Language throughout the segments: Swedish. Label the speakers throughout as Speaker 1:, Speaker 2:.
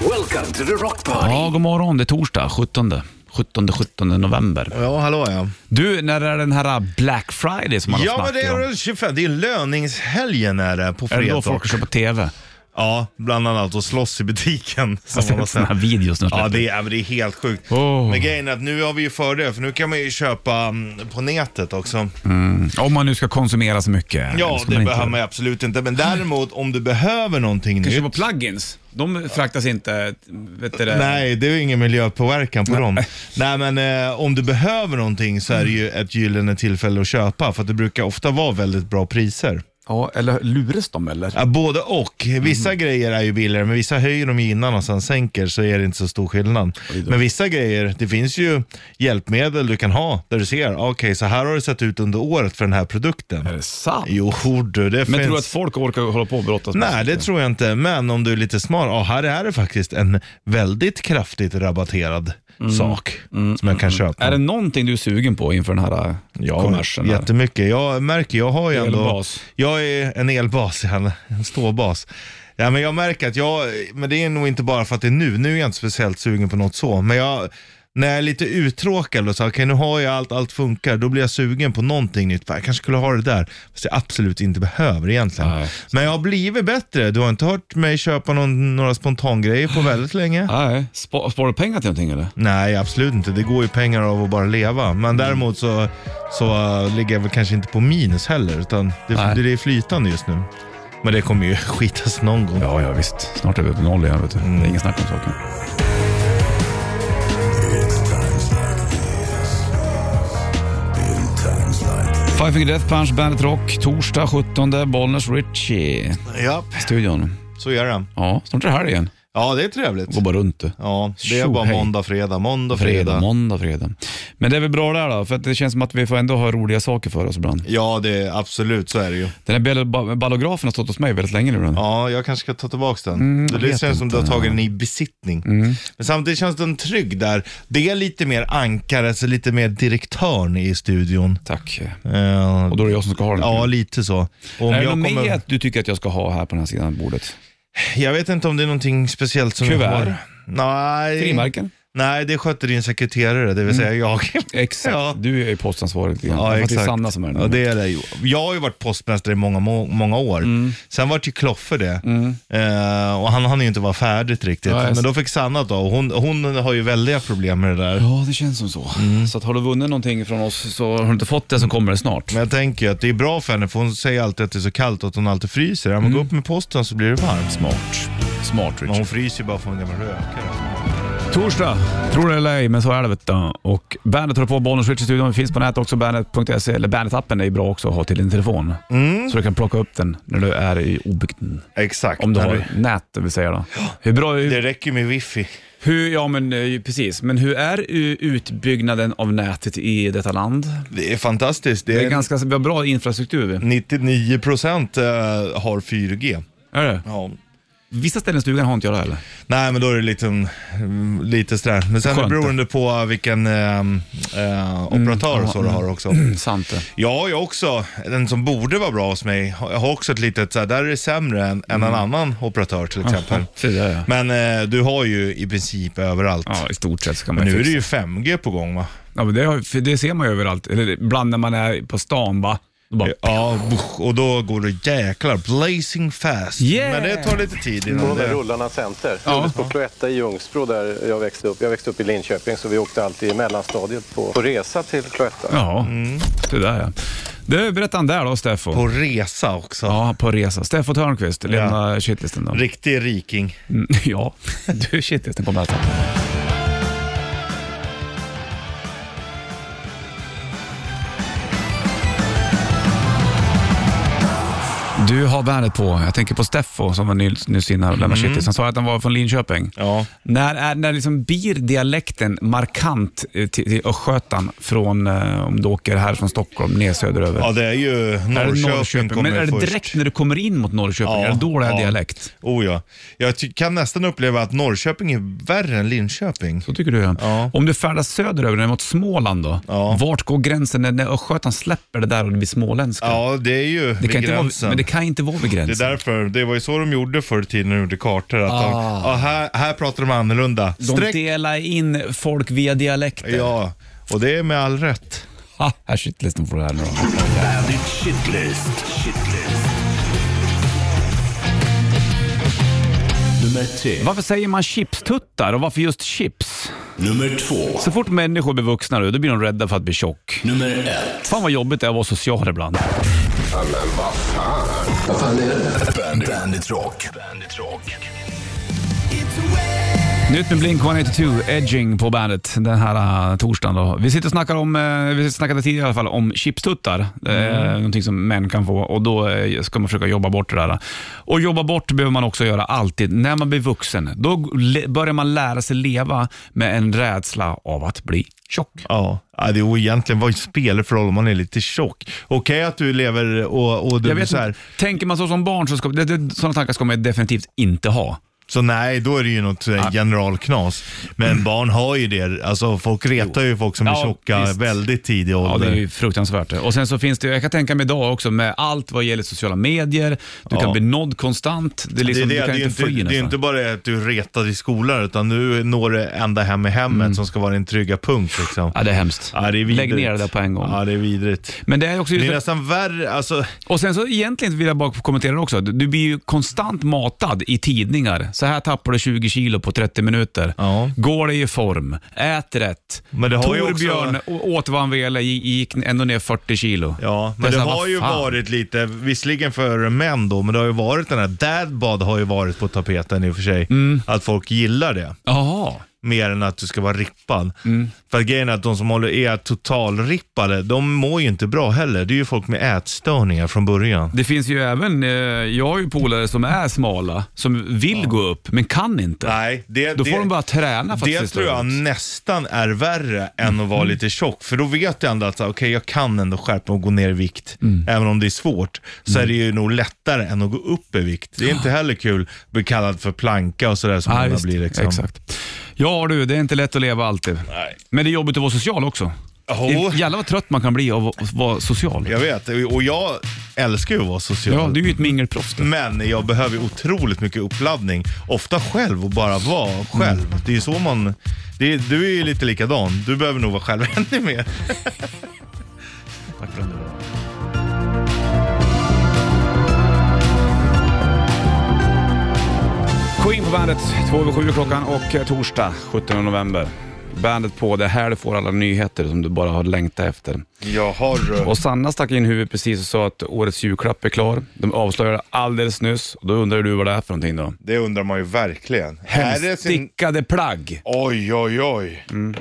Speaker 1: Welcome to the Rock Party.
Speaker 2: Ja, god morgon. Det är torsdag, 17. 17, 17 november.
Speaker 3: Ja, hallå ja.
Speaker 2: Du, när är den här Black Friday som man har
Speaker 3: Ja, men
Speaker 2: snackat
Speaker 3: det är
Speaker 2: om?
Speaker 3: den 25. Det är löningshelgen är det på
Speaker 2: Är det
Speaker 3: fredag.
Speaker 2: då folk kör på TV?
Speaker 3: Ja, bland annat och slåss i butiken.
Speaker 2: Jag har
Speaker 3: man
Speaker 2: sett sådana här videos nu.
Speaker 3: Ja, det är, ja, men det är helt sjukt.
Speaker 2: Åh.
Speaker 3: Men grejen är att nu har vi ju fördel, för nu kan man ju köpa mm, på nätet också.
Speaker 2: Om man nu ska konsumera så mycket.
Speaker 3: Ja,
Speaker 2: ska
Speaker 3: det
Speaker 2: man
Speaker 3: behöver
Speaker 2: inte...
Speaker 3: man ju absolut inte. Men däremot om du behöver någonting
Speaker 2: Kanske
Speaker 3: nytt.
Speaker 2: på plugins. De fraktas inte, vet du det?
Speaker 3: Nej, det är ju ingen miljöpåverkan på dem. Nej, men eh, om du behöver någonting så är det ju ett gyllene tillfälle att köpa, för att det brukar ofta vara väldigt bra priser.
Speaker 2: Ja, eller luras de eller?
Speaker 3: Ja, både och. Vissa
Speaker 2: Mhm.
Speaker 3: grejer är ju billigare, men vissa höjer de ju innan och sen sänker, så är det inte så stor skillnad. Men vissa grejer, det finns ju hjälpmedel du kan ha, där du ser, "Ah, okej, så här har det sett ut under året för den här produkten.
Speaker 2: Är det sant?
Speaker 3: Jo, du, det
Speaker 2: Men
Speaker 3: finns.
Speaker 2: tror du att folk orkar hålla på och brottas med
Speaker 3: Nej, det tror jag inte. Men om du är lite smart, ja, här är det faktiskt en väldigt kraftigt rabatterad
Speaker 2: Mm.
Speaker 3: sak som jag kan köpa.
Speaker 2: Är det någonting du är sugen på inför den här ja,
Speaker 3: Ja,
Speaker 2: kommersen? här?
Speaker 3: jättemycket. Jag märker, jag har ju ändå...
Speaker 2: Elbas.
Speaker 3: Jag är en elbas, en, en ståbas. Ja, men jag märker att jag, men det är nog inte bara för att det är nu, nu är jag inte speciellt sugen på något så, men jag, när jag är lite uttråkad och så, okej nu har jag allt, allt funkar, då blir jag sugen på någonting nytt. Bara, Jag kanske skulle ha det där, fast jag absolut inte behöver egentligen.
Speaker 2: Nej.
Speaker 3: Men jag har blivit bättre, du har inte hört mig köpa någon, några spontangrejer
Speaker 2: Ah.
Speaker 3: på väldigt länge.
Speaker 2: Nej. Spa- Sparar du pengar till någonting eller?
Speaker 3: Nej, absolut inte. Det går ju pengar av att bara leva.
Speaker 2: Mm.
Speaker 3: Men däremot så, så äh, ligger jag väl kanske inte på minus heller, utan det,
Speaker 2: Nej.
Speaker 3: det är flytande just nu. Men det kommer ju skitas någon gång.
Speaker 2: Ja, ja visst. Snart är vi uppe i noll igen. Vet du.
Speaker 3: Mm.
Speaker 2: Det är ingen snack om saken. Five Finger Death Punch, Bandet Rock, torsdag 17, Bollnäs Richie.
Speaker 3: Ja,
Speaker 2: Studion.
Speaker 3: så gör det.
Speaker 2: Ja, snart är det här igen.
Speaker 3: Ja, det är trevligt.
Speaker 2: Går bara runt du.
Speaker 3: Ja, det är
Speaker 2: Tjo,
Speaker 3: bara
Speaker 2: hej.
Speaker 3: måndag, fredag, måndag, fredag.
Speaker 2: Fredag, måndag, fredag. Men det är väl bra där då, för att det känns som att vi får ändå ha roliga saker för oss ibland.
Speaker 3: Ja, det är, absolut så är det ju.
Speaker 2: Den här ball- ba- ballografen har stått hos mig väldigt länge nu. den.
Speaker 3: Ja, jag kanske ska ta tillbaka den.
Speaker 2: Mm, jag
Speaker 3: det
Speaker 2: vet Mm.
Speaker 3: känns som du har tagit den i besittning. Men samtidigt känns den trygg där. Det är lite mer ankare, så lite mer direktörn i studion.
Speaker 2: Tack.
Speaker 3: Eh,
Speaker 2: Och då är det jag som ska ha den.
Speaker 3: ja, lite så. Och om
Speaker 2: Mm. är det
Speaker 3: jag
Speaker 2: något
Speaker 3: kommer-
Speaker 2: mer att du tycker att jag ska ha här på den här sidan bordet?
Speaker 3: Jag vet inte om det är någonting speciellt som
Speaker 2: Kuvert?
Speaker 3: jag har. Nej.
Speaker 2: Frimärken?
Speaker 3: Nej, det sköter din sekreterare, det vill säga jag.
Speaker 2: Mm. Exakt.
Speaker 3: Ja.
Speaker 2: Du är ju postansvarig lite grann. För att Det är Sanna som är den.
Speaker 3: ja, det är det. ju. Jag har ju varit postmästare i många, må- många år.
Speaker 2: Mm.
Speaker 3: Sen var ju Kloffe det. Eh, och han hann ju inte vara färdigt riktigt.
Speaker 2: Ja, jag-
Speaker 3: Men då fick Sanna ta och hon, hon har ju väldiga problem med det där.
Speaker 2: Ja, det känns som så. Så att har du vunnit någonting från oss så har du inte fått det så kommer det snart.
Speaker 3: Men jag tänker ju att det är bra för henne, för hon säger alltid att det är så kallt och att hon alltid fryser. Ja, men
Speaker 2: Mm.
Speaker 3: gå upp med posten så blir det varmt.
Speaker 2: Smart. Smart
Speaker 3: Men
Speaker 2: Rich.
Speaker 3: hon fryser ju bara för hon är en gammal rökare.
Speaker 2: Torsdag, tror det eller ej, men så är det vet du. Och bandet håller på, Bollnäs Rich i studion. Vi finns på nätet också, bandet.se. Eller bandet-appen är ju bra också att ha till din telefon. Så du kan plocka upp den när du är i obygden.
Speaker 3: Exakt.
Speaker 2: Om du
Speaker 3: Men
Speaker 2: har nät, det vill säga då. Hur bra
Speaker 3: Det räcker med wifi.
Speaker 2: Hur, ja men eh, precis, men hur är eh, utbyggnaden av nätet i detta land?
Speaker 3: Det är fantastiskt.
Speaker 2: Det är ganska vi har bra infrastruktur.
Speaker 3: 99 procent eh, har 4G.
Speaker 2: Är det?
Speaker 3: Ja.
Speaker 2: Vissa ställen i stugan har inte jag det heller.
Speaker 3: Nej, men då är det lite, mm, lite sådär. Men sen
Speaker 2: Skönt. Mm,
Speaker 3: beroende på vilken eh, eh, operatör och så du har också.
Speaker 2: Sant det.
Speaker 3: Jag har ju också, den som borde vara bra hos mig, har- jag har också ett litet, såhär, där är det sämre än, än
Speaker 2: Mm.
Speaker 3: en annan operatör till exempel.
Speaker 2: Se där ja.
Speaker 3: Men eh, du har ju i princip överallt.
Speaker 2: Ja, i stort sett ska man
Speaker 3: Men nu är det
Speaker 2: fixa.
Speaker 3: ju 5G på gång va?
Speaker 2: Ja, men det, har- för det ser man ju överallt. Eller ibland när man är på stan va. Då bara,
Speaker 3: Ja, och då går det jäklar blazing fast.
Speaker 2: Yeah!
Speaker 3: Men det tar lite tid
Speaker 4: På
Speaker 3: innan
Speaker 4: de där
Speaker 3: det...
Speaker 4: rullarna center. Gjordes på Cloetta i Ljungsbro där jag växte upp. Jag växte upp i Linköping så vi åkte alltid i mellanstadiet på, på resa till Cloetta.
Speaker 2: ja, se där ja. Du, berätta han där då Steffo.
Speaker 3: Mm. På resa också.
Speaker 2: Ja, på resa. Steffo Törnqvist, lämna shitlisten då.
Speaker 3: Riktig riking.
Speaker 2: Mm, ja, du shitlisten kommer här. Du har bandet på. Jag tänker på Steffo som var nyss, nyss inne här och lämnade shitlisten. Han sa att han var från Linköping.
Speaker 3: Mm. Ja.
Speaker 2: När, är, när liksom blir dialekten markant eh, till, till Östgötan från, eh, om du åker här från Stockholm ner söderöver?
Speaker 3: Ja, det är ju
Speaker 2: är
Speaker 3: Norrköping,
Speaker 2: det
Speaker 3: kommer
Speaker 2: Men är det
Speaker 3: först.
Speaker 2: direkt när du kommer in mot Norrköping?
Speaker 3: Ja,
Speaker 2: är det då det är
Speaker 3: ja.
Speaker 2: dialekt?
Speaker 3: Oh ja. Jag ty- kan nästan uppleva att Norrköping är värre än Linköping.
Speaker 2: Så tycker du?
Speaker 3: Ja.
Speaker 2: Om du färdas söderöver ner mot Småland då?
Speaker 3: Ja.
Speaker 2: Vart går gränsen när, när Östgötan släpper det där och det blir småländska?
Speaker 3: Ja, det är ju
Speaker 2: det
Speaker 3: vid
Speaker 2: kan inte vara,
Speaker 3: gränsen.
Speaker 2: men det kan inte vara vid
Speaker 3: Det är
Speaker 2: gränsen.
Speaker 3: därför, det var ju så de gjorde förr i tiden när de gjorde kartor. Att de,
Speaker 2: Ah.
Speaker 3: ja, här, här pratar de annorlunda.
Speaker 2: De
Speaker 3: Streck.
Speaker 2: delar in folk via dialekter.
Speaker 3: Ja, och det är med all rätt.
Speaker 2: Ha, här sitter lyssna på det här nu då.
Speaker 1: Bandit Shitlist. Shitlist. Nummer tre.
Speaker 2: Varför säger man chipstuttar och varför just chips?
Speaker 1: Nummer två.
Speaker 2: Så fort människor blir vuxna nu, då blir de rädda för att bli tjock.
Speaker 1: Nummer ett.
Speaker 2: Fan vad jobbigt det är att vara social ibland.
Speaker 1: Bandit, Bandit Rock. Bandit Rock.
Speaker 2: Nytt med Blink 182, Edging på bandet den här eh, torsdagen. Då. Vi sitter och snackar om, eh, vi snackade tidigare i alla fall om chipstuttar. Det är
Speaker 3: Mm.
Speaker 2: någonting som män kan få och då eh, ska man försöka jobba bort det där. Och jobba bort behöver man också göra alltid. När man blir vuxen, då le- börjar man lära sig leva med en rädsla av att bli tjock.
Speaker 3: Ja, ja, det är egentligen vad spelar det för roll om man är lite tjock? Okej att du lever och, och du
Speaker 2: Jag
Speaker 3: blir
Speaker 2: vet
Speaker 3: så här.
Speaker 2: inte, tänker man så som barn så ska, det, det, sådana tankar ska man definitivt inte ha.
Speaker 3: Så nej, då är det ju något eh, generalknas. Men barn har ju det. Alltså folk retar ju folk som är
Speaker 2: Ja,
Speaker 3: tjocka
Speaker 2: visst.
Speaker 3: väldigt tidig
Speaker 2: Ja, det
Speaker 3: ålder.
Speaker 2: är ju fruktansvärt. Och sen så finns det, jag kan tänka mig idag också med allt vad gäller sociala medier, du kan bli nådd konstant, det är liksom,
Speaker 3: det,
Speaker 2: du
Speaker 3: är
Speaker 2: kan
Speaker 3: det, det, är
Speaker 2: inte fly
Speaker 3: inte, det är
Speaker 2: nästan.
Speaker 3: inte bara att du retar i skolan utan nu når det ända hem i hemmet som ska vara din trygga punkt. Liksom.
Speaker 2: Mm. Ja, det är hemskt.
Speaker 3: Ja, det är vidrigt.
Speaker 2: Lägg ner det där på en gång.
Speaker 3: Ja, det är vidrigt.
Speaker 2: Men det är också
Speaker 3: Det
Speaker 2: just
Speaker 3: är nästan värre, alltså
Speaker 2: Och sen så egentligen vill jag bara kommentera det också. Du du blir ju konstant matad i tidningar. Så här tappar du 20 kilo på 30 minuter.
Speaker 3: Ja.
Speaker 2: Går dig i form, ät rätt.
Speaker 3: Men det har ju också-
Speaker 2: Torbjörn å- åt vad han ville, gi- gick ändå ner 40 kilo.
Speaker 3: Ja,
Speaker 2: är
Speaker 3: men det,
Speaker 2: så här,
Speaker 3: har
Speaker 2: vad
Speaker 3: ju
Speaker 2: fan?
Speaker 3: varit lite, visserligen för män då, men det har ju varit den här dadbad har ju varit på tapeten i och för sig.
Speaker 2: Mm.
Speaker 3: Att folk gillar det,
Speaker 2: Jaha.
Speaker 3: mer än att du ska vara rippad.
Speaker 2: Mm.
Speaker 3: För att grejen är att de som håller är totalrippade, de mår ju inte bra heller. Det är ju folk med ätstörningar från början.
Speaker 2: Det finns ju även, eh, jag har ju polare som är smala, som vill gå upp men kan inte.
Speaker 3: Nej, det,
Speaker 2: Då
Speaker 3: det,
Speaker 2: får de bara träna för att
Speaker 3: det
Speaker 2: se
Speaker 3: tror
Speaker 2: större
Speaker 3: jag
Speaker 2: ut.
Speaker 3: nästan är värre än att
Speaker 2: Mm.
Speaker 3: vara lite tjock. För då vet jag ändå att så här, okej, jag kan ändå skärpa mig och gå ner i vikt.
Speaker 2: Mm.
Speaker 3: Även om det är svårt, så är det ju nog lättare än att gå upp i vikt. Det är
Speaker 2: Ah.
Speaker 3: inte heller kul att bli kallad för planka och sådär som
Speaker 2: Ja,
Speaker 3: många
Speaker 2: visst.
Speaker 3: blir. Liksom.
Speaker 2: Ah, Exakt. Ja du, det är inte lätt att leva alltid.
Speaker 3: Nej.
Speaker 2: Men det är jobbigt att vara social också.
Speaker 3: Jo.
Speaker 2: Jävlar vad trött man kan bli av att vara social.
Speaker 3: Jag vet, och jag älskar ju att vara social.
Speaker 2: Ja, du är ju ett mingelproffs. du.
Speaker 3: Men jag behöver ju otroligt mycket uppladdning. Ofta själv och bara
Speaker 2: Mm.
Speaker 3: vara själv. Det är ju så man... Det är, du är ju lite likadan. Du behöver nog vara själv ännu mer.
Speaker 2: Queen på bandet, två över sju är klockan och eh, torsdag 17 november. Bandet på, det är här du får alla nyheter som du bara har längtat efter.
Speaker 3: Jag har...
Speaker 2: Och Sanna stack in huvudet precis och sa att årets julklapp är klar. De avslöjade alldeles nyss och då undrar du vad det är för någonting då?
Speaker 3: Det undrar man ju verkligen. Är det sin-
Speaker 2: Hemstickade plagg.
Speaker 3: Oj, oj, oj.
Speaker 2: Mm.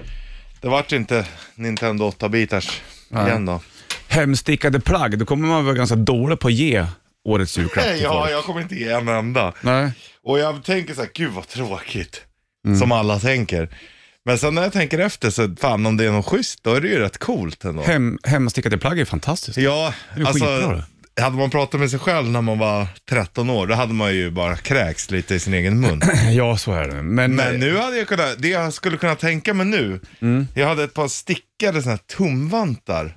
Speaker 3: Det vart inte Nintendo 8-bitars igen då.
Speaker 2: Hemstickade plagg, då kommer man vara ganska dålig på att ge årets julklapp till
Speaker 3: Ja,
Speaker 2: folk.
Speaker 3: jag kommer inte ge en enda.
Speaker 2: Nej.
Speaker 3: Och jag tänker så här, gud vad tråkigt.
Speaker 2: Mm.
Speaker 3: Som alla tänker. Men sen när jag tänker efter så, fan om det är något schysst, då är det ju rätt coolt ändå.
Speaker 2: Hem, hemstickade plagg är fantastiskt.
Speaker 3: Ja,
Speaker 2: är
Speaker 3: alltså.
Speaker 2: skitbra
Speaker 3: Hade man pratat med sig själv när man var 13 år, då hade man ju bara kräks lite i sin egen mun.
Speaker 2: Ja, så är det. Men,
Speaker 3: Men nu hade jag kunnat, det jag skulle kunna tänka mig nu, jag hade ett par stickade såna här tumvantar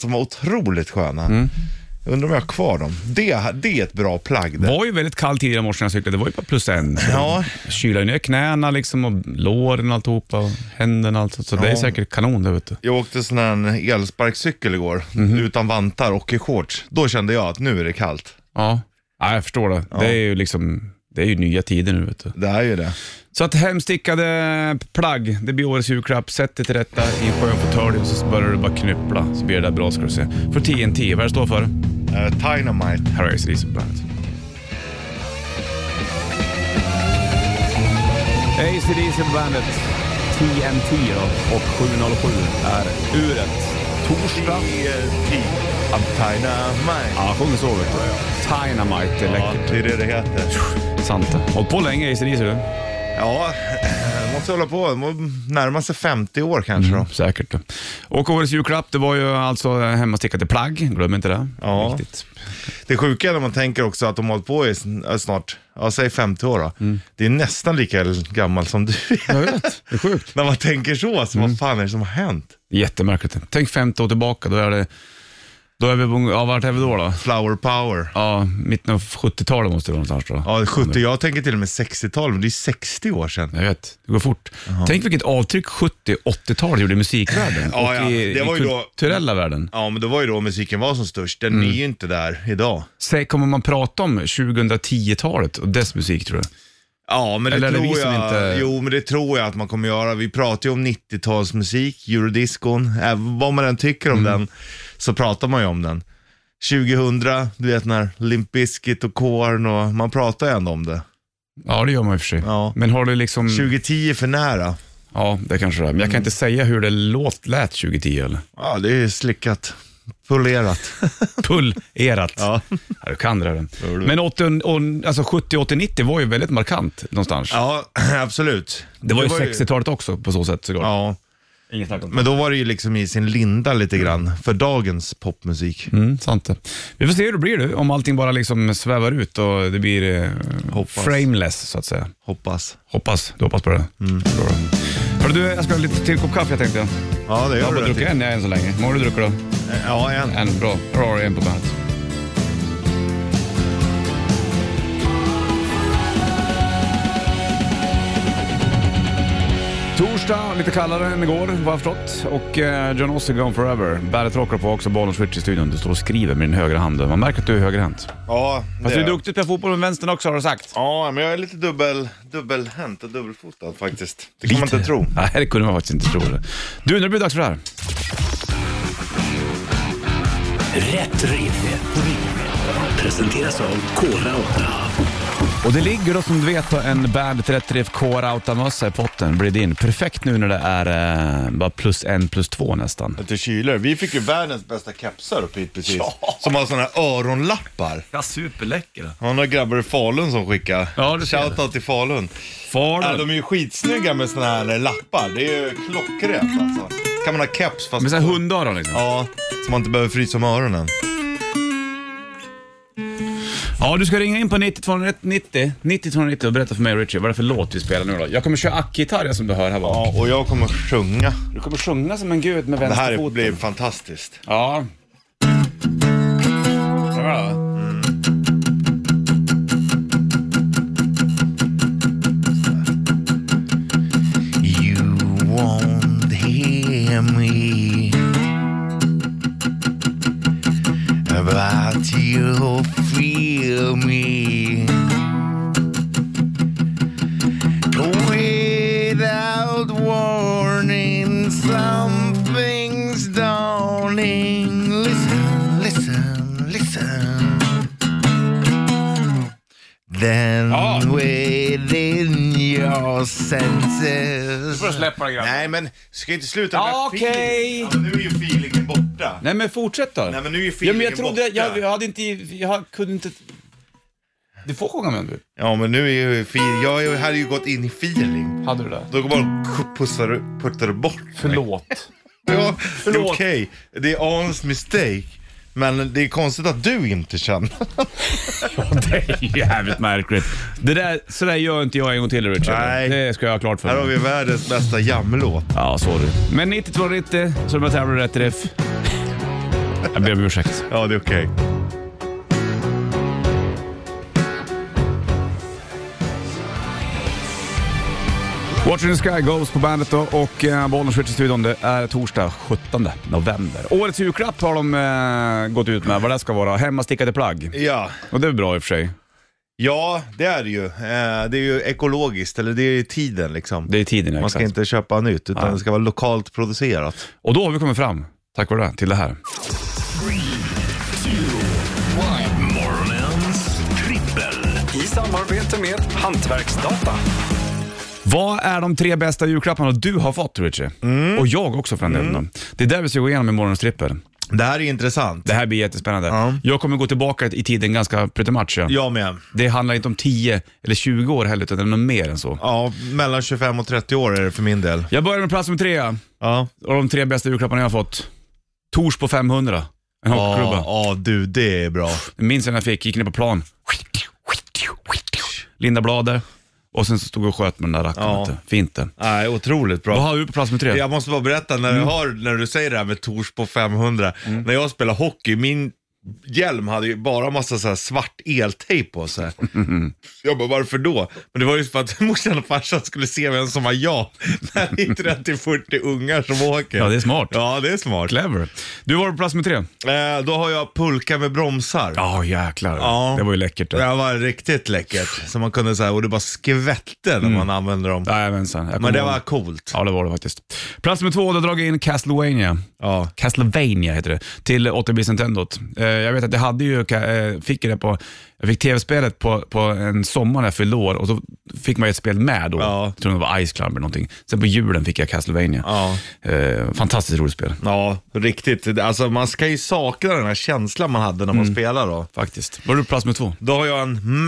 Speaker 3: som var otroligt sköna. Undrar om jag har kvar dem. Det, det är ett bra plagg det.
Speaker 2: Det eh, var ju väldigt kallt tidigare i morse när jag cyklade. Det var ju bara plus en.
Speaker 3: Ja.
Speaker 2: Kyla ner knäna liksom och låren och alltihopa och händerna och allt. sånt. Så det är
Speaker 3: Ja.
Speaker 2: säkert kanon där ute.
Speaker 3: Jag åkte sån här elsparkcykel igår, utan vantar och i shorts. Då kände jag att nu är det kallt.
Speaker 2: Ja. ja, jag förstår det. Det är ju liksom... Det är ju nya tider nu vet du.
Speaker 3: Det är ju det.
Speaker 2: Så att hemstickade plagg, det blir årets julklapp. Sätt dig till rätta i en skön fåtölj och så börjar du bara knyppla. Så blir det där bra ska du se. För TNT, vad det står för?
Speaker 3: Eh, Dynamite.
Speaker 2: Här är Exodus Bandet. ACDC på bandet, TNT då, och 707 är uret. Torsdag.
Speaker 3: Dynamite.
Speaker 2: Ja, sjunger så vet du. Dynamite, det är
Speaker 3: Ja,
Speaker 2: läckert.
Speaker 3: det är det det heter.
Speaker 2: Sant det. Hållit på länge ACDC du.
Speaker 3: Ja, eh, måste hålla på. Må- Närma sig 50 år kanske då.
Speaker 2: Säkert. Och årets julklapp, det var ju alltså hemmastickade plagg. Glöm inte det.
Speaker 3: Ja.
Speaker 2: Viktigt.
Speaker 3: Det sjuka är när man tänker också att de har hållit på i sn- äh, snart, ja, säg 50 år då. Det är nästan lika gammal som du är.
Speaker 2: Mm. Jag vet, Mm. det är sjukt.
Speaker 3: när man tänker så, alltså, vad fan är det som har hänt?
Speaker 2: Jättemärkligt. Tänk 50 år tillbaka, då är det Då är vi på, ja vart är vi då då?
Speaker 3: Flower power.
Speaker 2: Ja, mitten av 70-talet måste det vara någonstans då.
Speaker 3: Ja, 70, jag tänker till och med 60-tal, men det är 60 år sedan.
Speaker 2: Jag vet, det går fort. Tänk vilket avtryck 70 80-talet gjorde i musikvärlden
Speaker 3: Ja,
Speaker 2: och
Speaker 3: ja,
Speaker 2: i,
Speaker 3: det var
Speaker 2: i
Speaker 3: ju då-
Speaker 2: kulturella världen.
Speaker 3: Ja, men det var ju då musiken var som störst. Den
Speaker 2: Mm.
Speaker 3: är ju inte där idag.
Speaker 2: Säg, kommer man prata om 2010-talet och dess musik tror du?
Speaker 3: Ja, men det
Speaker 2: Eller är det
Speaker 3: tror
Speaker 2: vi som
Speaker 3: jag.
Speaker 2: inte-
Speaker 3: Jo, men det tror jag att man kommer göra. Vi pratar ju om 90-talsmusik, eurodiscon, äh, vad man än tycker om
Speaker 2: Mm.
Speaker 3: den, så pratar man ju om den. 2000, du vet när Limp Bizkit och Korn och man pratar ju ändå om
Speaker 2: Mm.
Speaker 3: det.
Speaker 2: Ja, det gör man i och för sig.
Speaker 3: Ja.
Speaker 2: Men har du liksom...
Speaker 3: 2010 är för nära.
Speaker 2: Ja, det kanske det är. Men
Speaker 3: Mm.
Speaker 2: jag kan inte säga hur det låt lät 2010 eller?
Speaker 3: Ja, det är slickat. Polerat.
Speaker 2: Pullerat.
Speaker 3: Ja.
Speaker 2: Ja, du kan det. här.
Speaker 3: gör du.
Speaker 2: Men 80, och- alltså 70, 80, 90 var ju väldigt markant någonstans.
Speaker 3: ja, absolut.
Speaker 2: Det var ju 60-talet också på så sätt såklart.
Speaker 3: Ja,
Speaker 2: Inget snack om det.
Speaker 3: men då var det ju liksom i sin linda lite grann för dagens popmusik.
Speaker 2: Mm, sant det. Vi får se hur det blir du, om allting bara liksom svävar ut och det blir eh,
Speaker 3: Hoppas.
Speaker 2: frameless så att säga.
Speaker 3: Hoppas.
Speaker 2: Hoppas, du hoppas på det. Bra då. Hörru du, jag ska ha lite till kopp kaffe jag tänkte.
Speaker 3: Ja, det
Speaker 2: Jag har
Speaker 3: gör
Speaker 2: bara
Speaker 3: du
Speaker 2: druckit
Speaker 3: rätt i.
Speaker 2: en än så länge. Hur många har du druckit då?
Speaker 3: Ja, en.
Speaker 2: En, bra. Bra, har du en på bandet. Torsdag, lite kallare än igår vad jag har förstått. Och eh, John Ossie Gone Forever. Bandet rockar på också, bollen switch i studion. Du står och skriver med din högra hand. Man märker att du är högerhänt.
Speaker 3: Ja,
Speaker 2: Fast du
Speaker 3: det
Speaker 2: är
Speaker 3: är jag.
Speaker 2: duktig på fotboll med vänstern också har du sagt.
Speaker 3: Ja, men jag är lite dubbel, dubbelhänt och dubbelfotad faktiskt. Det kan man inte tro.
Speaker 2: Nej, det kunde man faktiskt inte tro. Det. Du, nu blir det dags för det här.
Speaker 1: Rätt riff. Presenteras av Kora 8.
Speaker 2: Och det ligger då som du vet då, en Bandet 33 Core Autamössa i eh, potten. Blir din. Perfekt nu när det är eh, bara plus en, plus två nästan.
Speaker 3: Att det kyler. Vi fick ju världens bästa kepsar upp hit precis. Som har sådana här öronlappar.
Speaker 2: Ja, superläckra.
Speaker 3: Han har några grabbar i Falun som skickade.
Speaker 2: Ja, du ser det.
Speaker 3: Shoutout till Falun. Ja,
Speaker 2: Falun.
Speaker 3: de är ju skitsnygga med sådana här lappar. Det är ju klockrent alltså. Kan man ha keps fast...
Speaker 2: Med sån här hundöron liksom. Ja.
Speaker 3: Ja, så man inte behöver frysa om öronen.
Speaker 2: du ska ringa in på 90-290 90-290 och berätta för mig och Richie vad det är för låt vi spelar nu då. Jag kommer köra ackgitarr som du hör här bak.
Speaker 3: Ja, och jag kommer sjunga.
Speaker 2: Du kommer sjunga som en gud med
Speaker 3: Det
Speaker 2: vänsterfoten.
Speaker 3: här blir fantastiskt.
Speaker 2: Ja. Det var det, va?
Speaker 3: You won't hear me But you feel me Without warning Something's dawning Listen, listen, listen Then
Speaker 2: Ja.
Speaker 3: within your senses
Speaker 2: får du släppa det, grabben.
Speaker 3: Nej men, ska inte sluta
Speaker 2: Ja,
Speaker 3: med feeling.
Speaker 2: okej.
Speaker 3: Ja, men nu är ju feelingen borta.
Speaker 2: Nej men fortsätt då.
Speaker 3: Nej, men nu är ju
Speaker 2: ja, men jag
Speaker 3: feelingen
Speaker 2: trodde,
Speaker 3: borta.
Speaker 2: jag, jag hade inte, jag kunde inte... Du får sjunga med om du
Speaker 3: Ja men nu är ju feeling, jag är ju- hade ju gått in i feeling.
Speaker 2: Hade du det?
Speaker 3: Då går bara och pussar, du- puttar du bort mig.
Speaker 2: Förlåt.
Speaker 3: Ja, det är
Speaker 2: Förlåt.
Speaker 3: okej. Det är honest mistake. Men det är konstigt att du inte känner.
Speaker 2: det är jävligt märkligt. Det där, så där gör inte jag en gång till Richard.
Speaker 3: Nej.
Speaker 2: Det ska jag ha klart för
Speaker 3: Här har
Speaker 2: mig.
Speaker 3: vi världens bästa jamlåt.
Speaker 2: Ja, sorry. Men 9290 så de här tävlar rätt riff. Jag ber om ursäkt.
Speaker 3: Ja, det är okej.
Speaker 2: Watching the Sky Goes på bandet då och eh, Bollnäs Switch i studion. Det är torsdag 17 november. Årets julklapp har de eh, gått ut med vad det ska vara. Hemmastickade plagg.
Speaker 3: Ja.
Speaker 2: Och det är bra i och för sig.
Speaker 3: ja, det är det ju. Eh, Det är ju ekologiskt, eller det är ju tiden liksom.
Speaker 2: Det är tiden, ja,
Speaker 3: Man
Speaker 2: exakt.
Speaker 3: ska inte köpa nytt, utan
Speaker 2: Nej.
Speaker 3: det ska vara lokalt producerat.
Speaker 2: Och då har vi kommit fram, tack vare det, till det här.
Speaker 1: Morgonens trippel.
Speaker 5: I samarbete med Hantverksdata.
Speaker 2: Vad är de tre bästa julklapparna du har fått, Richie?
Speaker 3: Mm.
Speaker 2: Och jag också för den delen. då. Det är där vi ska gå igenom i morgonens trippel.
Speaker 3: Det här är intressant.
Speaker 2: Det här blir jättespännande.
Speaker 3: Ja.
Speaker 2: Jag kommer gå tillbaka i tiden ganska pretty ja.
Speaker 3: Jag med.
Speaker 2: Det handlar inte om 10 eller 20 år heller, utan det är nog mer än så.
Speaker 3: Ja, mellan 25 och 30 år är det för min del.
Speaker 2: Jag börjar med plats nummer tre,
Speaker 3: Ja.
Speaker 2: och de tre bästa julklapparna jag har fått. Tors på 500, en hockeyklubba.
Speaker 3: Ja, ja, du, det är bra.
Speaker 2: Jag minns när jag fick, gick ner på plan. Linda Blader. Och sen så stod jag och sköt med den där rackaren.
Speaker 3: Ja.
Speaker 2: vet du. Fint det.
Speaker 3: Nej, otroligt bra.
Speaker 2: Vad har du på plats med tre?
Speaker 3: Jag måste bara berätta, när,
Speaker 2: Mm.
Speaker 3: du, har, när du säger det här med Torsbo 500. När jag spelade hockey, min hjälm hade ju bara massa så här svart eltejp på sig. Jag bara, varför då? Men det var ju för att morsan och farsan skulle se vem som var jag. När det är 30-40 ungar som åker.
Speaker 2: Ja, det är smart.
Speaker 3: Ja, det är smart.
Speaker 2: Clever. Du var på plats med tre?
Speaker 3: Eh, då har jag pulka med bromsar.
Speaker 2: Ja, jäklar.
Speaker 3: Ja.
Speaker 2: Det var ju läckert. Det.
Speaker 3: Det var riktigt läckert. Så man kunde säga, och det bara skvätte när man använde dem.
Speaker 2: Nej, men, sen, jag kommer
Speaker 3: Men det
Speaker 2: ihåg.
Speaker 3: var coolt.
Speaker 2: Mm. Ja, det var det faktiskt. Plats nummer två, då drar jag in Castlevania.
Speaker 3: Ja.
Speaker 2: Castlevania heter det, till 8-bits Nintendot. Eh, jag vet att jag hade ju, ka- eh, fick det på, jag fick tv-spelet på, på en sommar när jag fyllde år och då fick man ju ett spel med då.
Speaker 3: Ja.
Speaker 2: Jag tror det var Ice Climber eller någonting. Sen på julen fick jag Castlevania.
Speaker 3: Ja.
Speaker 2: Eh, fantastiskt roligt spel,
Speaker 3: Ja, riktigt. Alltså man ska ju sakna den här känslan man hade när
Speaker 2: Mm.
Speaker 3: man spelade då.
Speaker 2: faktiskt. Var du på plats nummer två?
Speaker 3: Då har jag en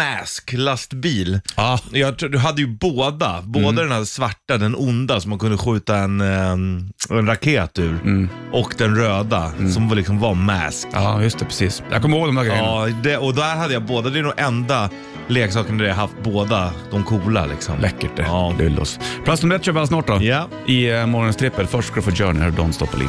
Speaker 3: Mask-lastbil.
Speaker 2: Ja. Mm.
Speaker 3: Jag tror, du hade ju båda. Både den här svarta, den onda som man kunde skjuta en, eh, en, en raket ur.
Speaker 2: Mm.
Speaker 3: Och den röda som var liksom var Mask.
Speaker 2: Ja, just det, precis. Jag kommer ihåg de där grejerna.
Speaker 3: Ja, det, och där hade jag båda. Det är nog enda leksaken där jag haft båda de coola liksom.
Speaker 2: Läckert det.
Speaker 3: Ja.
Speaker 2: Lullos. Plats nummer ett kör vi alldeles snart då.
Speaker 3: Ja.
Speaker 2: I eh, morgonens trippel. Först ska du få Journey, här har Don Stoppelin.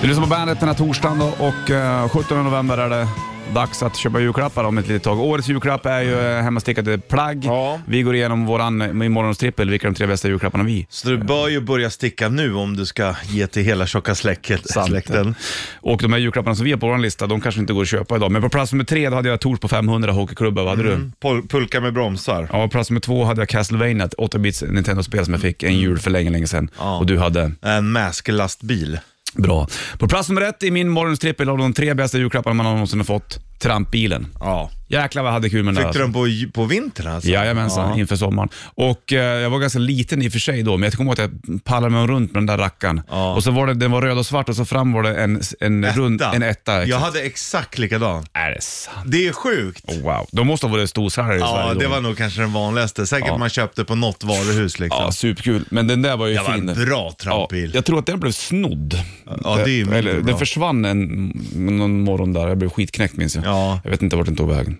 Speaker 2: Du lyssnar på bandet den här torsdagen då, och eh, 17 november är det dags att köpa julklappar om ett litet tag. Årets julklapp är ju eh, hemmastickade plagg.
Speaker 3: Ja.
Speaker 2: Vi går igenom våran, eh, i morgonens trippel vilka de tre bästa julklapparna vi.
Speaker 3: Så du bör ju börja sticka nu om du ska ge till hela tjocka släcket, släkten.
Speaker 2: Och de här julklapparna som vi har på vår lista, de kanske inte går att köpa idag. Men på plats nummer tre då hade jag Tors på 500 hockeyklubbar. Vad hade du?
Speaker 3: Pol- Pulka med bromsar.
Speaker 2: Ja, på plats nummer två hade jag Castlevania, ett 8-bits Nintendo-spel som jag fick en jul för länge, länge sedan.
Speaker 3: Ja.
Speaker 2: Och du hade?
Speaker 3: En masklastbil.
Speaker 2: Bra. På plats nummer ett i min morgonstrippel av de tre bästa julklapparna man någonsin har fått, trampbilen.
Speaker 3: Ja.
Speaker 2: Jäklar vad jag hade kul med den
Speaker 3: Fick
Speaker 2: där. alltså.
Speaker 3: du den på, ju- på vintern alltså?
Speaker 2: Jajamensan,
Speaker 3: Ja.
Speaker 2: inför sommaren. Och eh, jag var ganska liten i och för sig då, men jag kommer ihåg att jag pallade mig runt med den där rackaren.
Speaker 3: Ja.
Speaker 2: Och så var det, den var röd och svart och så fram var det en, en rund, en etta.
Speaker 3: Jag
Speaker 2: exakt.
Speaker 3: hade exakt likadan.
Speaker 2: Är det sant?
Speaker 3: Det är sjukt.
Speaker 2: Wow. De måste ha varit storsäljare i Sverige
Speaker 3: ja,
Speaker 2: då.
Speaker 3: det var nog kanske den vanligaste. Säkert
Speaker 2: Ja.
Speaker 3: man köpte på något varuhus liksom.
Speaker 2: Ja, superkul. Men den där var ju
Speaker 3: det var
Speaker 2: fin.
Speaker 3: en bra
Speaker 2: Ja,
Speaker 3: trampbil.
Speaker 2: jag tror att den blev snodd.
Speaker 3: Ja, det är ju inte
Speaker 2: Eller,
Speaker 3: bra.
Speaker 2: den försvann en, någon morgon där. Jag blev skitknäckt minns jag.
Speaker 3: Ja.
Speaker 2: Jag vet inte vart den tog vägen.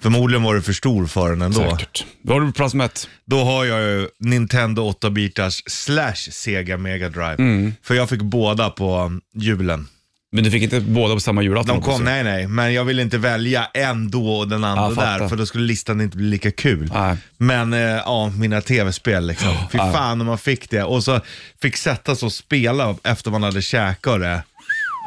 Speaker 3: Förmodligen var du för stor för den ändå.
Speaker 2: Säkert. Då har du på plats med ett.
Speaker 3: Då har jag ju Nintendo 8-bitars slash Sega Mega Drive. För jag fick båda på um, julen.
Speaker 2: Men du fick inte båda på samma julafton?
Speaker 3: De kom,
Speaker 2: hoppas jag.
Speaker 3: nej nej, men jag ville inte välja en då och den
Speaker 2: Ja,
Speaker 3: andra
Speaker 2: fattar.
Speaker 3: där för då skulle listan inte bli lika kul.
Speaker 2: Nej.
Speaker 3: Men eh, ja, mina tv-spel liksom. Fy
Speaker 2: ja.
Speaker 3: fan om man fick det. Och så fick sätta sig och spela efter man hade käkat det.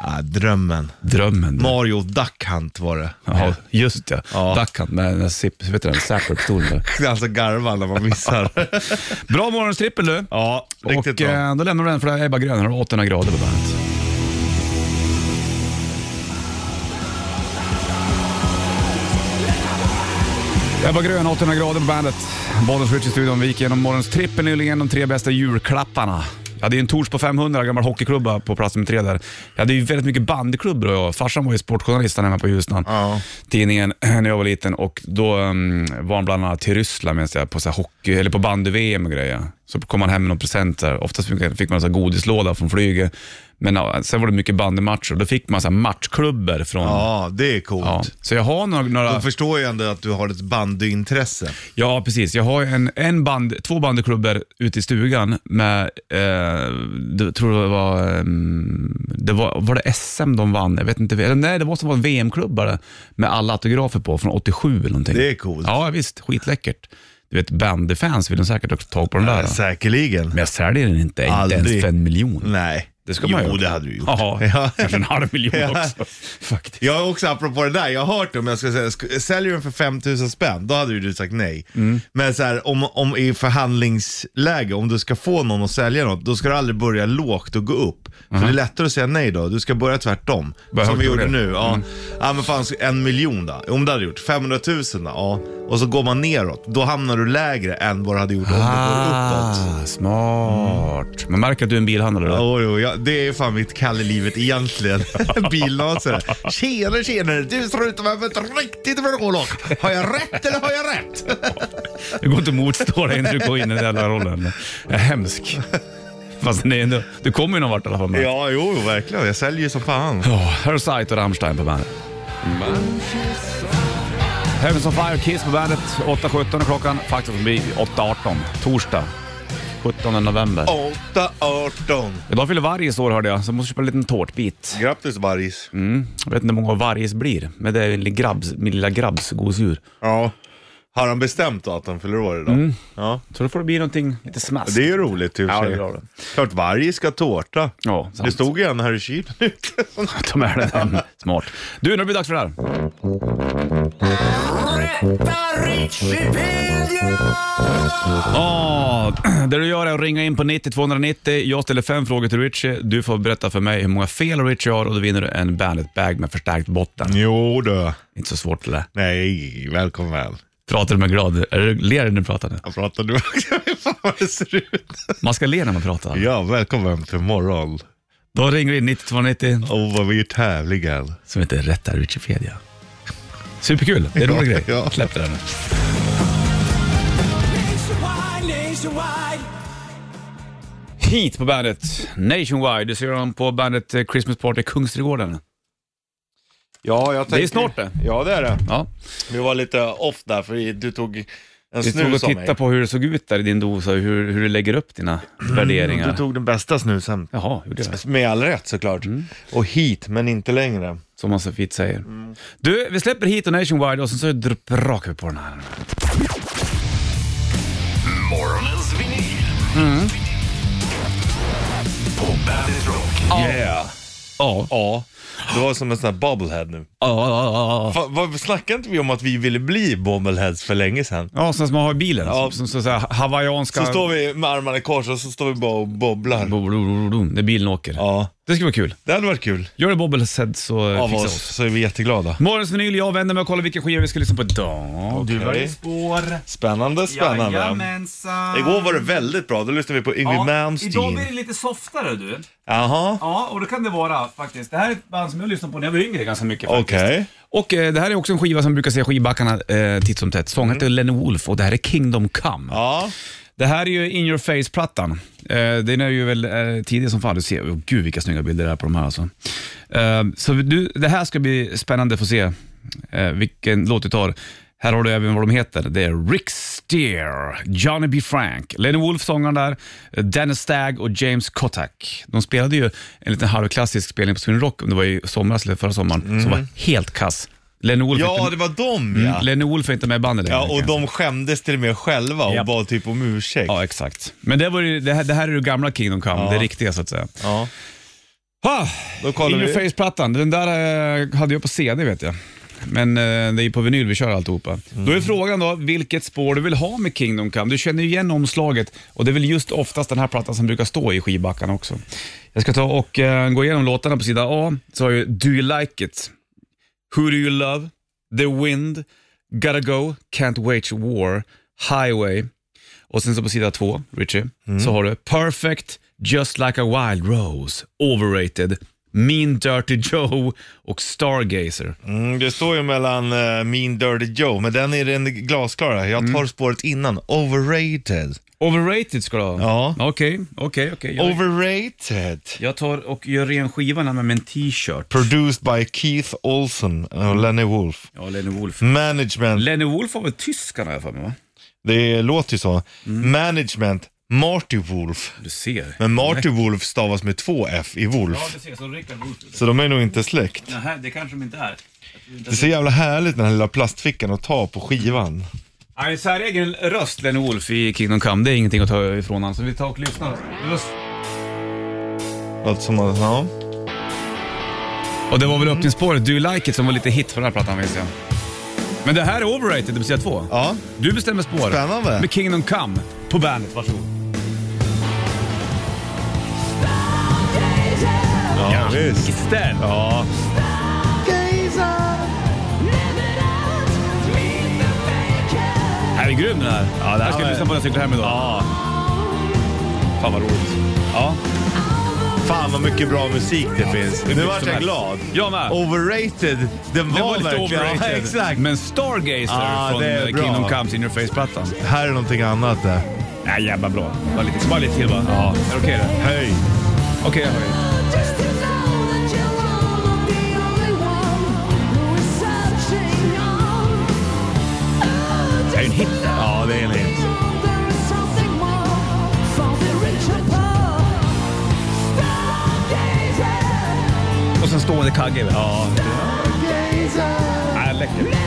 Speaker 3: Ah, drömmen.
Speaker 2: Drömmen. du.
Speaker 3: Mario Duck Hunt var det.
Speaker 2: Ja, just det.
Speaker 3: Ja.
Speaker 2: Duck Hunt med den där zip- vet du den, Zapper-pistolen där.
Speaker 3: Alltså garva när man missar.
Speaker 2: Bra morgonstrippel du.
Speaker 3: ja, riktigt
Speaker 2: och
Speaker 3: bra.
Speaker 2: eh, då lämnar vi den för det här är bara grön. Här har du 800 grader på bandet. Ebba Grön, 800 grader på bandet. Bollens Rich i studion. Vi gick igenom morgons trippel nyligen, de tre bästa julklapparna. Jag hade ju en Tors på 500, gammal hockeyklubba på plats nummer tre där. Jag hade ju väldigt mycket bandyklubbor och jag. Farsan var ju sportjournalist där hemma på Ljusnan.
Speaker 3: Ja.
Speaker 2: Tidningen när jag var liten och då um, var han bland annat till Ryssland medan jag på så här hockey, eller på bandy-VM och grejer. Så kom han hem med några presenter. Oftast fick- fick man en så här godislåda från flyget. Men ja, sen var det mycket bandymatcher. Då fick man så här matchklubbor från...
Speaker 3: Ja, det är
Speaker 2: Ja.
Speaker 3: coolt.
Speaker 2: Så jag har några... några
Speaker 3: Då förstår jag ändå att du har ett bandyintresse.
Speaker 2: Ja, precis. Jag har en, en band, två bandyklubbor ute i stugan med, eh, det, tror det var, eh, det var, var det SM de vann? Jag vet inte. Eller nej, det måste vara en VM-klubba där, med alla autografer på från 87 eller någonting.
Speaker 3: Det är coolt.
Speaker 2: Ja, visst. Skitläckert. Du vet, bandyfans vill de säkert ha tag på den där.
Speaker 3: Säkerligen.
Speaker 2: Men jag säljer den inte, inte ens för en miljon.
Speaker 3: Nej.
Speaker 2: Det ska
Speaker 3: jo,
Speaker 2: man ju.
Speaker 3: det hade du gjort.
Speaker 2: Jaha, kanske en halv miljon
Speaker 3: Ja.
Speaker 2: också. Faktiskt.
Speaker 3: Jag har också, apropå det där, jag har hört om jag ska säga, sk- säljer du den för 5000 spänn, då hade ju du sagt nej.
Speaker 2: Mm.
Speaker 3: Men så här, om, om i förhandlingsläge, om du ska få någon att sälja något, då ska du aldrig börja lågt och gå upp. För det är lättare att säga nej då, du ska börja tvärtom.
Speaker 2: Mhm. Börja Mm.
Speaker 3: som vi
Speaker 2: högt och
Speaker 3: gjorde
Speaker 2: ner.
Speaker 3: nu. Ja. ja men fan, en miljon då? Om du hade gjort 500 000 då? Ja. Och så går man neråt, då hamnar du lägre än vad du hade gjort om du går uppåt.
Speaker 2: Ah, smart. Man märker att du är en bilhandlare. eller?
Speaker 3: Jo, jo, ja, det är fan mitt kall i livet egentligen. Bilnasare. Tjenare, tjenare. Du står ute med ett riktigt vrålåk. Har jag rätt eller har jag rätt?
Speaker 2: Det går inte att motstå dig när du går in i den jävla rollen. Jag är hemsk. Fast nej, ändå, du kommer ju någon vart i alla fall. med.
Speaker 3: Ja, jo, verkligen. Jag säljer ju som fan.
Speaker 2: Ja, här har Sight och Rammstein på bandet. Heavens on Fire, Kiss på bandet. 8.17 är klockan. Faktiskt blir 8.18. Torsdag. 17 november.
Speaker 3: 8-18.
Speaker 2: Idag fyller Vargis år hörde jag, så jag måste köpa en liten tårtbit.
Speaker 3: Grattis Vargis.
Speaker 2: Jag vet inte hur många Vargis blir, men det är en liten grabbs, min lilla grabbs gosedjur.
Speaker 3: Ja. Har han bestämt att han fyller år idag? Ja.
Speaker 2: Så då får det bli någonting lite smask.
Speaker 3: Det är ju roligt i och för
Speaker 2: Ja,
Speaker 3: sig.
Speaker 2: det är bra det.
Speaker 3: Klart varje ska ha tårta.
Speaker 2: Ja, sant.
Speaker 3: det stod ju en här i kylen ute.
Speaker 2: Ta med dig den. Smart. Du, nu blir det dags för det här. Ja, Ah, det du gör är att ringa in på 90 290. Jag ställer fem frågor till Richie. Du får berätta för mig hur många fel Richie har och då vinner du en Bandet-bag med förstärkt botten.
Speaker 3: Jo då.
Speaker 2: Inte så svårt det där.
Speaker 3: Nej, välkommen väl.
Speaker 2: Pratar du med glad? Är du, ler du när du pratar nu?
Speaker 3: Jag pratar nu. Jag vet fan vad det ser ut.
Speaker 2: Man ska le när man pratar.
Speaker 3: Ja, välkommen till morgon.
Speaker 2: Då ringer du in 90 290
Speaker 3: Och vad vi är tävlingen.
Speaker 2: som heter Rätta Wikipedia. Superkul, det är en rolig
Speaker 3: Ja,
Speaker 2: grej.
Speaker 3: ja.
Speaker 2: Släpp det där nu. Hit på bandet Nationwide. Du ser honom på bandet eh, Christmas Party Kungsträdgården.
Speaker 3: Ja, jag
Speaker 2: Det är snart det.
Speaker 3: Ja, det är det.
Speaker 2: Ja.
Speaker 3: Vi var lite off där för du tog en
Speaker 2: Vi tog och
Speaker 3: snus av mig.
Speaker 2: titta på hur det såg ut där i din dosa och hur, hur du lägger upp dina värderingar.
Speaker 3: Mm, Du tog den bästa snusen. Mm.
Speaker 2: Jaha, gjorde jag.
Speaker 3: Med all rätt såklart. Och hit, men inte längre.
Speaker 2: Som man så fint säger. Du, vi släpper hit och Nationwide och sen så dr- rakar vi på den här.
Speaker 1: Morgonens vinyl. På Bandit Rock.
Speaker 3: Yeah.
Speaker 2: Ja. Ja,
Speaker 3: Ja, det var som en sån här bubblehead nu.
Speaker 2: ja, ja, ja.
Speaker 3: Fa, vad, snackade inte vi om att vi ville bli bobbleheads för länge sedan?
Speaker 2: Ja, sådana som man har i bilen.
Speaker 3: Ja.
Speaker 2: Som, som, så här hawaiianska...
Speaker 3: Så står vi med armarna i kors och så står vi bara och bobblar.
Speaker 2: Bo- bo- bo- bo- När bilen åker.
Speaker 3: Ja,
Speaker 2: Det skulle vara kul.
Speaker 3: det hade varit kul.
Speaker 2: Gör det bobblehead så eh,
Speaker 3: Av
Speaker 2: fixar vi
Speaker 3: oss
Speaker 2: oss.
Speaker 3: så är vi jätteglada.
Speaker 2: Morgons vinyl, jag vänder mig och kollar vilken skiva vi ska lyssna på idag.
Speaker 3: Du
Speaker 2: Okej.
Speaker 3: spår. Spännande, spännande.
Speaker 6: Jajamensan.
Speaker 3: Igår var det väldigt bra, då lyssnade vi på Yngwie
Speaker 6: idag blir
Speaker 3: Malmsteen.
Speaker 6: det lite softare du.
Speaker 3: Jaha,
Speaker 6: Ja, och det kan det vara faktiskt. Det här är ett band som jag lyssnade på när jag var yngre ganska mycket faktiskt.
Speaker 3: okej.
Speaker 2: Och eh, det här är också en skiva som vi brukar se i skivbackarna eh, titt som tätt.
Speaker 3: Mm.
Speaker 2: Sången heter Lenny Wolf och det här är Kingdom Come.
Speaker 3: Ja,
Speaker 2: Det här är ju In Your Face-plattan. Eh, den är ju väl eh, tidig som fan. Du ser, oh, gud vilka snygga bilder det är på de här alltså. Eh, så du, det här ska bli spännande att få se eh, vilken låt du tar. Här har du även vad de heter. Det är Rick Steer, Johnny B. Frank, Lenny Wolf sångaren där, eh, Dennis Stagg och James Kotak. De spelade ju en liten halvklassisk spelning på Sweden Rock, om det var i somras eller förra sommaren, som var helt kass. Lenny Wolf,
Speaker 3: Mm. ja
Speaker 2: inte, Mm,
Speaker 3: det var dem ja.
Speaker 2: Lenny Wolf är inte med i bandet längre.
Speaker 3: Ja,
Speaker 2: kan
Speaker 3: och
Speaker 2: jag säga.
Speaker 3: de skämdes till och med själva och
Speaker 2: Japp.
Speaker 3: bad typ om ursäkt.
Speaker 2: Ja, exakt. Men det, var ju, det, här, det här är det gamla Kingdom Come, det riktiga så att säga.
Speaker 3: Ja.
Speaker 2: Ha!
Speaker 3: Då kollar
Speaker 2: In your
Speaker 3: vi.
Speaker 2: face-plattan, den där eh, hade jag på CD vet jag. Men eh, det är ju på vinyl vi kör alltihopa.
Speaker 3: Mm.
Speaker 2: Då är frågan då, vilket spår du vill ha med Kingdom Come? Du känner ju igen omslaget och det är väl just oftast den här plattan som brukar stå i skivbackarna också. Jag ska ta och eh, gå igenom låtarna på sida A. Så har jag Do You Like It, Who Do You Love, The Wind, Gotta Go, Can't Wage War, Highway. Och sen så på sida två, Richie,
Speaker 3: Mm.
Speaker 2: så har du Perfect, Just Like A Wild Rose, Overrated, Mean Dirty Joe och Stargazer.
Speaker 3: Mm, det står ju mellan eh, Mean Dirty Joe, men den är den glasklara. Jag tar spåret innan. Overrated.
Speaker 2: Overrated ska du ha?
Speaker 3: Ja.
Speaker 2: Okej, okej, okej. Jag-
Speaker 3: Overrated.
Speaker 2: Jag tar och gör ren skivan här med min t-shirt.
Speaker 3: Produced by Keith Olsen och Lenny Wolf.
Speaker 2: Ja, Lenny Wolf.
Speaker 3: Management.
Speaker 2: Lenny Wolf var väl tyskarna har jag för mig va?
Speaker 3: Det låter ju så. Management. Marty Wolf.
Speaker 2: Du ser.
Speaker 3: Men Marty Wolf stavas med två F i
Speaker 6: Ja,
Speaker 3: Wolf.
Speaker 6: du ser. Så Rickard Wolff.
Speaker 3: Så de är nog inte släkt.
Speaker 6: Nej, det kanske de inte är.
Speaker 3: Det är så jävla härligt den här lilla plastfickan att ta på skivan.
Speaker 2: Han är säregen röst, Lenny Wolf, i Kingdom Come. Det är ingenting att ta ifrån honom, så vi tar och lyssnar.
Speaker 3: Något som man, ja.
Speaker 2: Och det var väl öppningsspåret, Do You Like It, som var lite hit för den här plattan vet jag. Men det här är overrated, det vill säga två.
Speaker 3: ja.
Speaker 2: Du bestämmer spår.
Speaker 3: Spännande.
Speaker 2: Med Kingdom Come på bandet, varsågod.
Speaker 3: Ja, visst.
Speaker 2: Ställ.
Speaker 3: Ja.
Speaker 2: Här är grym den här.
Speaker 3: Ja, det här
Speaker 2: jag ska
Speaker 3: var-
Speaker 2: lyssna på den och cykla hem idag.
Speaker 3: ja.
Speaker 2: Fan vad roligt. Ja.
Speaker 3: Fan vad mycket bra musik det finns. Nu vart jag glad.
Speaker 2: Jag med.
Speaker 3: Overrated. Den var,
Speaker 2: Den var lite
Speaker 3: verkligen...
Speaker 2: overrated.
Speaker 3: Ja, exakt.
Speaker 2: Men Stargazer
Speaker 3: Ah,
Speaker 2: från
Speaker 3: det är
Speaker 2: eh,
Speaker 3: bra.
Speaker 2: Kingdom Comes In Your Face-plattan.
Speaker 3: Här är någonting annat där.
Speaker 2: Nej, jävla bra. Bara lite, bara lite till bara. Ja. Är det okej det?
Speaker 3: Höj.
Speaker 2: Okej, jag höjer. Oh.
Speaker 3: det är ni.
Speaker 2: Och sen stående kagge. Ja. Äh, läckert.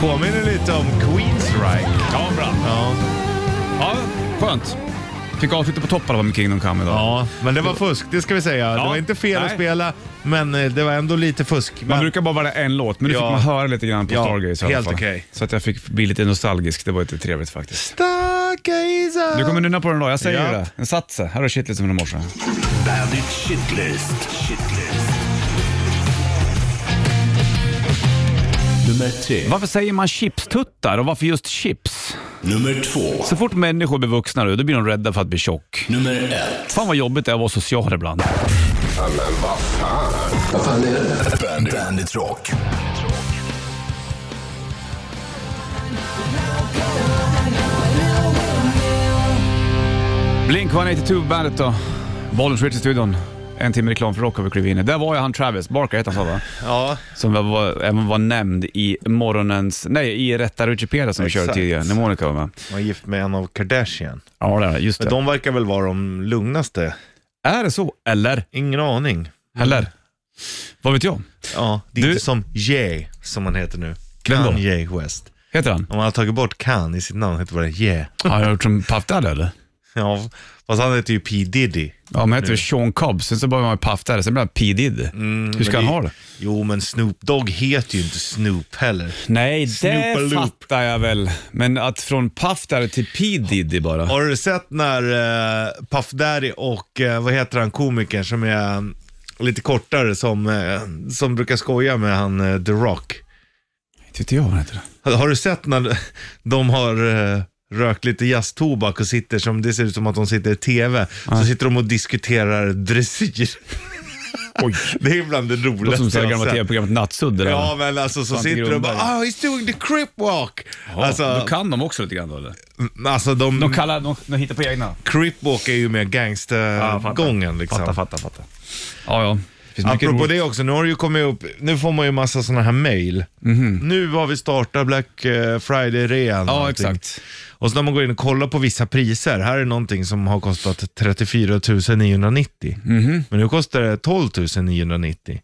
Speaker 3: Påminner lite om Queensryche.
Speaker 2: Ja, bra.
Speaker 3: Ja.
Speaker 2: Ja, skönt. Fick avsluta på topp i alla fall med Kingdom Come idag.
Speaker 3: ja, men det var fusk, det ska vi säga. Det var inte fel att
Speaker 2: nej.
Speaker 3: spela, men eh, det var ändå lite fusk.
Speaker 2: Man
Speaker 3: Men-
Speaker 2: brukar bara vara en låt, men nu
Speaker 3: Ja.
Speaker 2: fick man höra lite grann på
Speaker 3: Ja,
Speaker 2: Stargaze i alla
Speaker 3: helt
Speaker 2: fall.
Speaker 3: okej.
Speaker 2: Så att jag fick bli lite nostalgisk. Det var lite trevligt faktiskt.
Speaker 3: Stargazer.
Speaker 2: Du kommer nynna på den då, jag säger
Speaker 3: Ja.
Speaker 2: det. En sats. Här har du Shitlist som i morse.
Speaker 1: Bandit Shitlist. Shitlist. Nummer tre.
Speaker 2: Varför säger man chipstuttar och varför just chips?
Speaker 1: Nummer två.
Speaker 2: Så fort människor blir vuxna nu, då blir de rädda för att bli tjock.
Speaker 1: Nummer ett.
Speaker 2: Fan vad jobbigt det är att vara social ibland.
Speaker 1: Bandit, Bandit Rock.
Speaker 2: Blink 182 bandet då. Bollens Ritz i studion. En timme reklam för rock har vi klivit in i. Där var ju han Travis Barker, hette han så va?
Speaker 3: Ja,
Speaker 2: Som var, även var nämnd i morgonens, nej i Rätta Rucipeda som vi körde
Speaker 3: Exakt.
Speaker 2: tidigare, när Monica var med.
Speaker 3: man är gift med en av Kardashian.
Speaker 2: Ja, det är det. just det.
Speaker 3: Men de verkar väl vara de lugnaste.
Speaker 2: Är det så? Eller?
Speaker 3: Ingen aning.
Speaker 2: Eller? Vad vet jag?
Speaker 3: Ja, det är
Speaker 2: Du-
Speaker 3: inte som Ye, som han heter nu.
Speaker 2: Vem då?
Speaker 3: Kanye West.
Speaker 2: Heter han?
Speaker 3: Om man har tagit bort kan i sitt namn heter det bara Ye.
Speaker 2: Har jag gjort som Puff Daddy eller?
Speaker 3: Ja, fast han heter ju P Diddy.
Speaker 2: Ja, men han heter ju Sean Cobb, sen så började man med Puff Daddy, sen blev han P Diddy. Hur ska
Speaker 3: Mm. Men
Speaker 2: han ha det?
Speaker 3: Jo, men Snoop Dogg heter ju inte Snoop heller.
Speaker 2: Nej, det
Speaker 3: Snoopaloop.
Speaker 2: fattar jag väl. Men att från Puff Daddy till P Diddy bara.
Speaker 3: Har du sett när eh, Puff Daddy och, eh, vad heter han, komikern som är eh, lite kortare, som, eh, som brukar skoja med han eh, The Rock.
Speaker 2: Tyckte jag vad han heter.
Speaker 3: Har, har du sett när de har eh, rökt lite jazztobak och sitter som, det ser ut som att de sitter i TV, så sitter de och diskuterar dressyr.
Speaker 2: Oj.
Speaker 3: Det är bland det
Speaker 2: Låter som
Speaker 3: roligaste
Speaker 2: det här
Speaker 3: jag
Speaker 2: gamla
Speaker 3: har sett.
Speaker 2: tv-programmet Nattsudd. eller?
Speaker 3: Ja men alltså så
Speaker 2: Svante
Speaker 3: sitter de och bara
Speaker 2: Grundberg.
Speaker 3: oh, he's doing the crip walk.
Speaker 2: Ja,
Speaker 3: alltså,
Speaker 2: Då kan de också lite grann då eller?
Speaker 3: m- alltså de,
Speaker 2: De kallar, de, de hittar på egna.
Speaker 3: crip walk är ju mer
Speaker 2: Ja, fattar.
Speaker 3: gangstergången liksom.
Speaker 2: Fatta, fatta, fatta. Ja, ja. Finns mycket
Speaker 3: Apropå
Speaker 2: roligt.
Speaker 3: det också, nu har det ju kommit upp, nu får man ju massa sådana här mail. Nu har vi startat Black eh, Friday-rean. och
Speaker 2: Mhm. Ja,
Speaker 3: allting.
Speaker 2: exakt.
Speaker 3: Och så när man går in och kollar på vissa priser, här är någonting som har kostat 34 990. Men nu kostar det 12 990.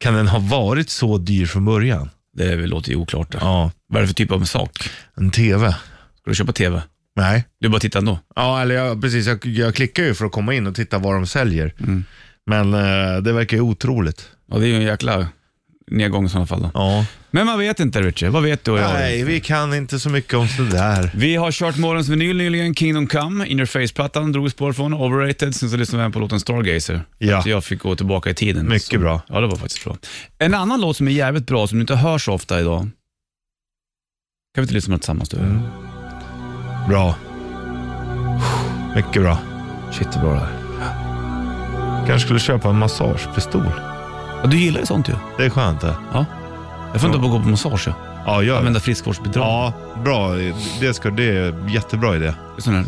Speaker 3: Kan den ha varit så dyr från början?
Speaker 2: Det är väl- låter ju oklart. det.
Speaker 3: Ja,
Speaker 2: Vad är det för typ av sak? Ska
Speaker 3: en TV.
Speaker 2: du köpa TV?
Speaker 3: Nej.
Speaker 2: Du bara tittar ändå?
Speaker 3: Ja, eller jag, precis. Jag, jag klickar ju för att komma in och titta vad de säljer. Men eh, det verkar ju otroligt.
Speaker 2: Ja, det är ju en jäkla nedgång i sådana fall. Då.
Speaker 3: Ja.
Speaker 2: Men man vet inte Richie. Vad vet du och jag?
Speaker 3: Nej, vi kan inte så mycket om sådär.
Speaker 2: Vi har kört morgons vinyl nyligen, Kingdom Come, Interface-plattan drog spår från, Overrated, sen så lyssnade vi på låten Stargazer.
Speaker 3: Ja.
Speaker 2: Så jag fick gå tillbaka i tiden.
Speaker 3: Mycket
Speaker 2: så,
Speaker 3: bra.
Speaker 2: Ja, det var faktiskt bra. En annan låt som är jävligt bra, som du inte hör så ofta idag. Kan vi inte lyssna på den tillsammans du?
Speaker 3: Mm. Bra. Mycket bra.
Speaker 2: Shit, vad bra det här.
Speaker 3: Kanske skulle köpa en massagepistol.
Speaker 2: Ja, du gillar ju sånt ju.
Speaker 3: Det är skönt det.
Speaker 2: Ja. Jag funderar på att gå på massage. ja.
Speaker 3: Ja, gör det.
Speaker 2: Använda friskvårdsbidrag.
Speaker 3: Ja, bra. Det, ska, det är jättebra idé.
Speaker 2: Sån här...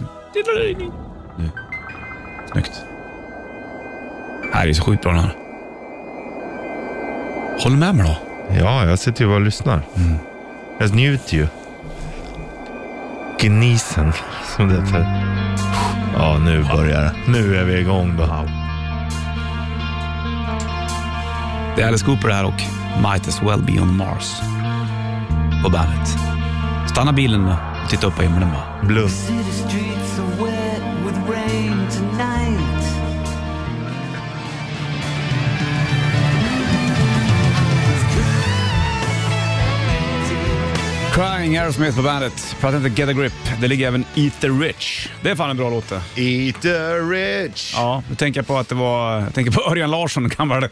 Speaker 2: Nu. Snyggt. Här är så sjukt bra den här. Håller med mig då.
Speaker 3: Ja, jag sitter ju bara och lyssnar.
Speaker 2: Mm.
Speaker 3: Jag njuter ju. Gnisen, som det heter. Ja, nu börjar det. Nu är vi igång då.
Speaker 2: Det är Alice Cooper här och Might as well be on Mars på bandet. Stanna bilen med och titta upp på himlen bara.
Speaker 3: Blund.
Speaker 7: City streets are wet with rain tonight.
Speaker 2: Crying Aerosmith på bandet. Prata inte Get a Grip. Det ligger även Eat the Rich. Det är fan en bra låt det.
Speaker 3: Eat the rich.
Speaker 2: Ja, nu tänker jag på att det var, jag tänker på Örjan Larsson, gammal eh,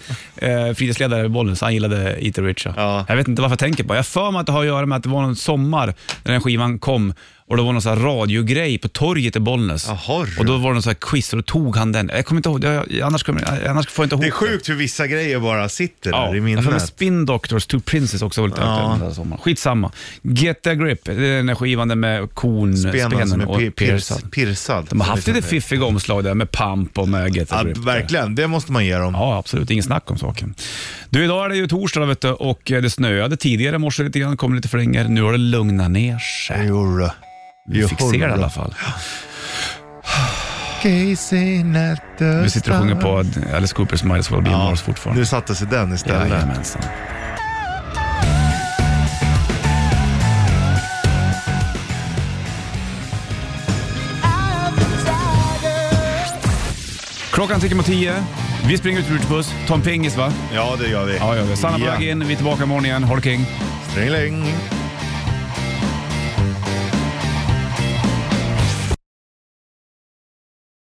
Speaker 2: fritidsledare i Bollnäs. Han gillade Eat the Rich.
Speaker 3: Ja.
Speaker 2: Jag vet inte varför jag tänker på det. Jag har för mig att det har att göra med att det var någon sommar när den skivan kom och Och det var någon så här radiogrej på torget i Bollnäs.
Speaker 3: Jaha, du.
Speaker 2: och då var det någon så här quiz och då tog han den. Jag kommer inte ihåg, jag, annars, kommer, annars får jag inte ihåg
Speaker 3: Det är sjukt hur vissa grejer bara sitter där i
Speaker 2: jag får med
Speaker 3: minnet.
Speaker 2: Spin Doctors, Two Princes också var lite
Speaker 3: Ja.
Speaker 2: aktuell den här sommaren. Skitsamma. Get a grip, det är den här skivan där med kon,
Speaker 3: Spenen som
Speaker 2: spenen
Speaker 3: är
Speaker 2: och
Speaker 3: pi-
Speaker 2: piercad.
Speaker 3: pirs- pirsad.
Speaker 2: De har
Speaker 3: som
Speaker 2: haft
Speaker 3: det
Speaker 2: lite
Speaker 3: heter.
Speaker 2: fiffiga omslag där med pump och med get a
Speaker 3: Ja,
Speaker 2: grip.
Speaker 3: verkligen, det måste man ge dem.
Speaker 2: Ja, absolut. Ingen snack om saken. Du, idag är det ju torsdag vet du, och eh, det snöade tidigare i morse lite grann, kom lite flingor. Nu har det lugnat ner sig.
Speaker 3: Jodå.
Speaker 2: Vi fick se det i alla fall.
Speaker 3: Gazing at the
Speaker 2: Vi sitter och sjunger på Alice Coopers Miles Well Be
Speaker 3: Ja,
Speaker 2: Mars
Speaker 3: nu
Speaker 2: fortfarande.
Speaker 3: satte sig den istället.
Speaker 2: Jajamensan. Klockan tickar mot tio. Vi springer ut i Ritchie Puss. Tom Pingis va?
Speaker 3: Ja, det gör vi.
Speaker 2: Ja, ja, ja. Sanna på
Speaker 3: Ja.
Speaker 2: väg in. Vi är tillbaka imorgon igen. Håll king.
Speaker 3: Stringeling.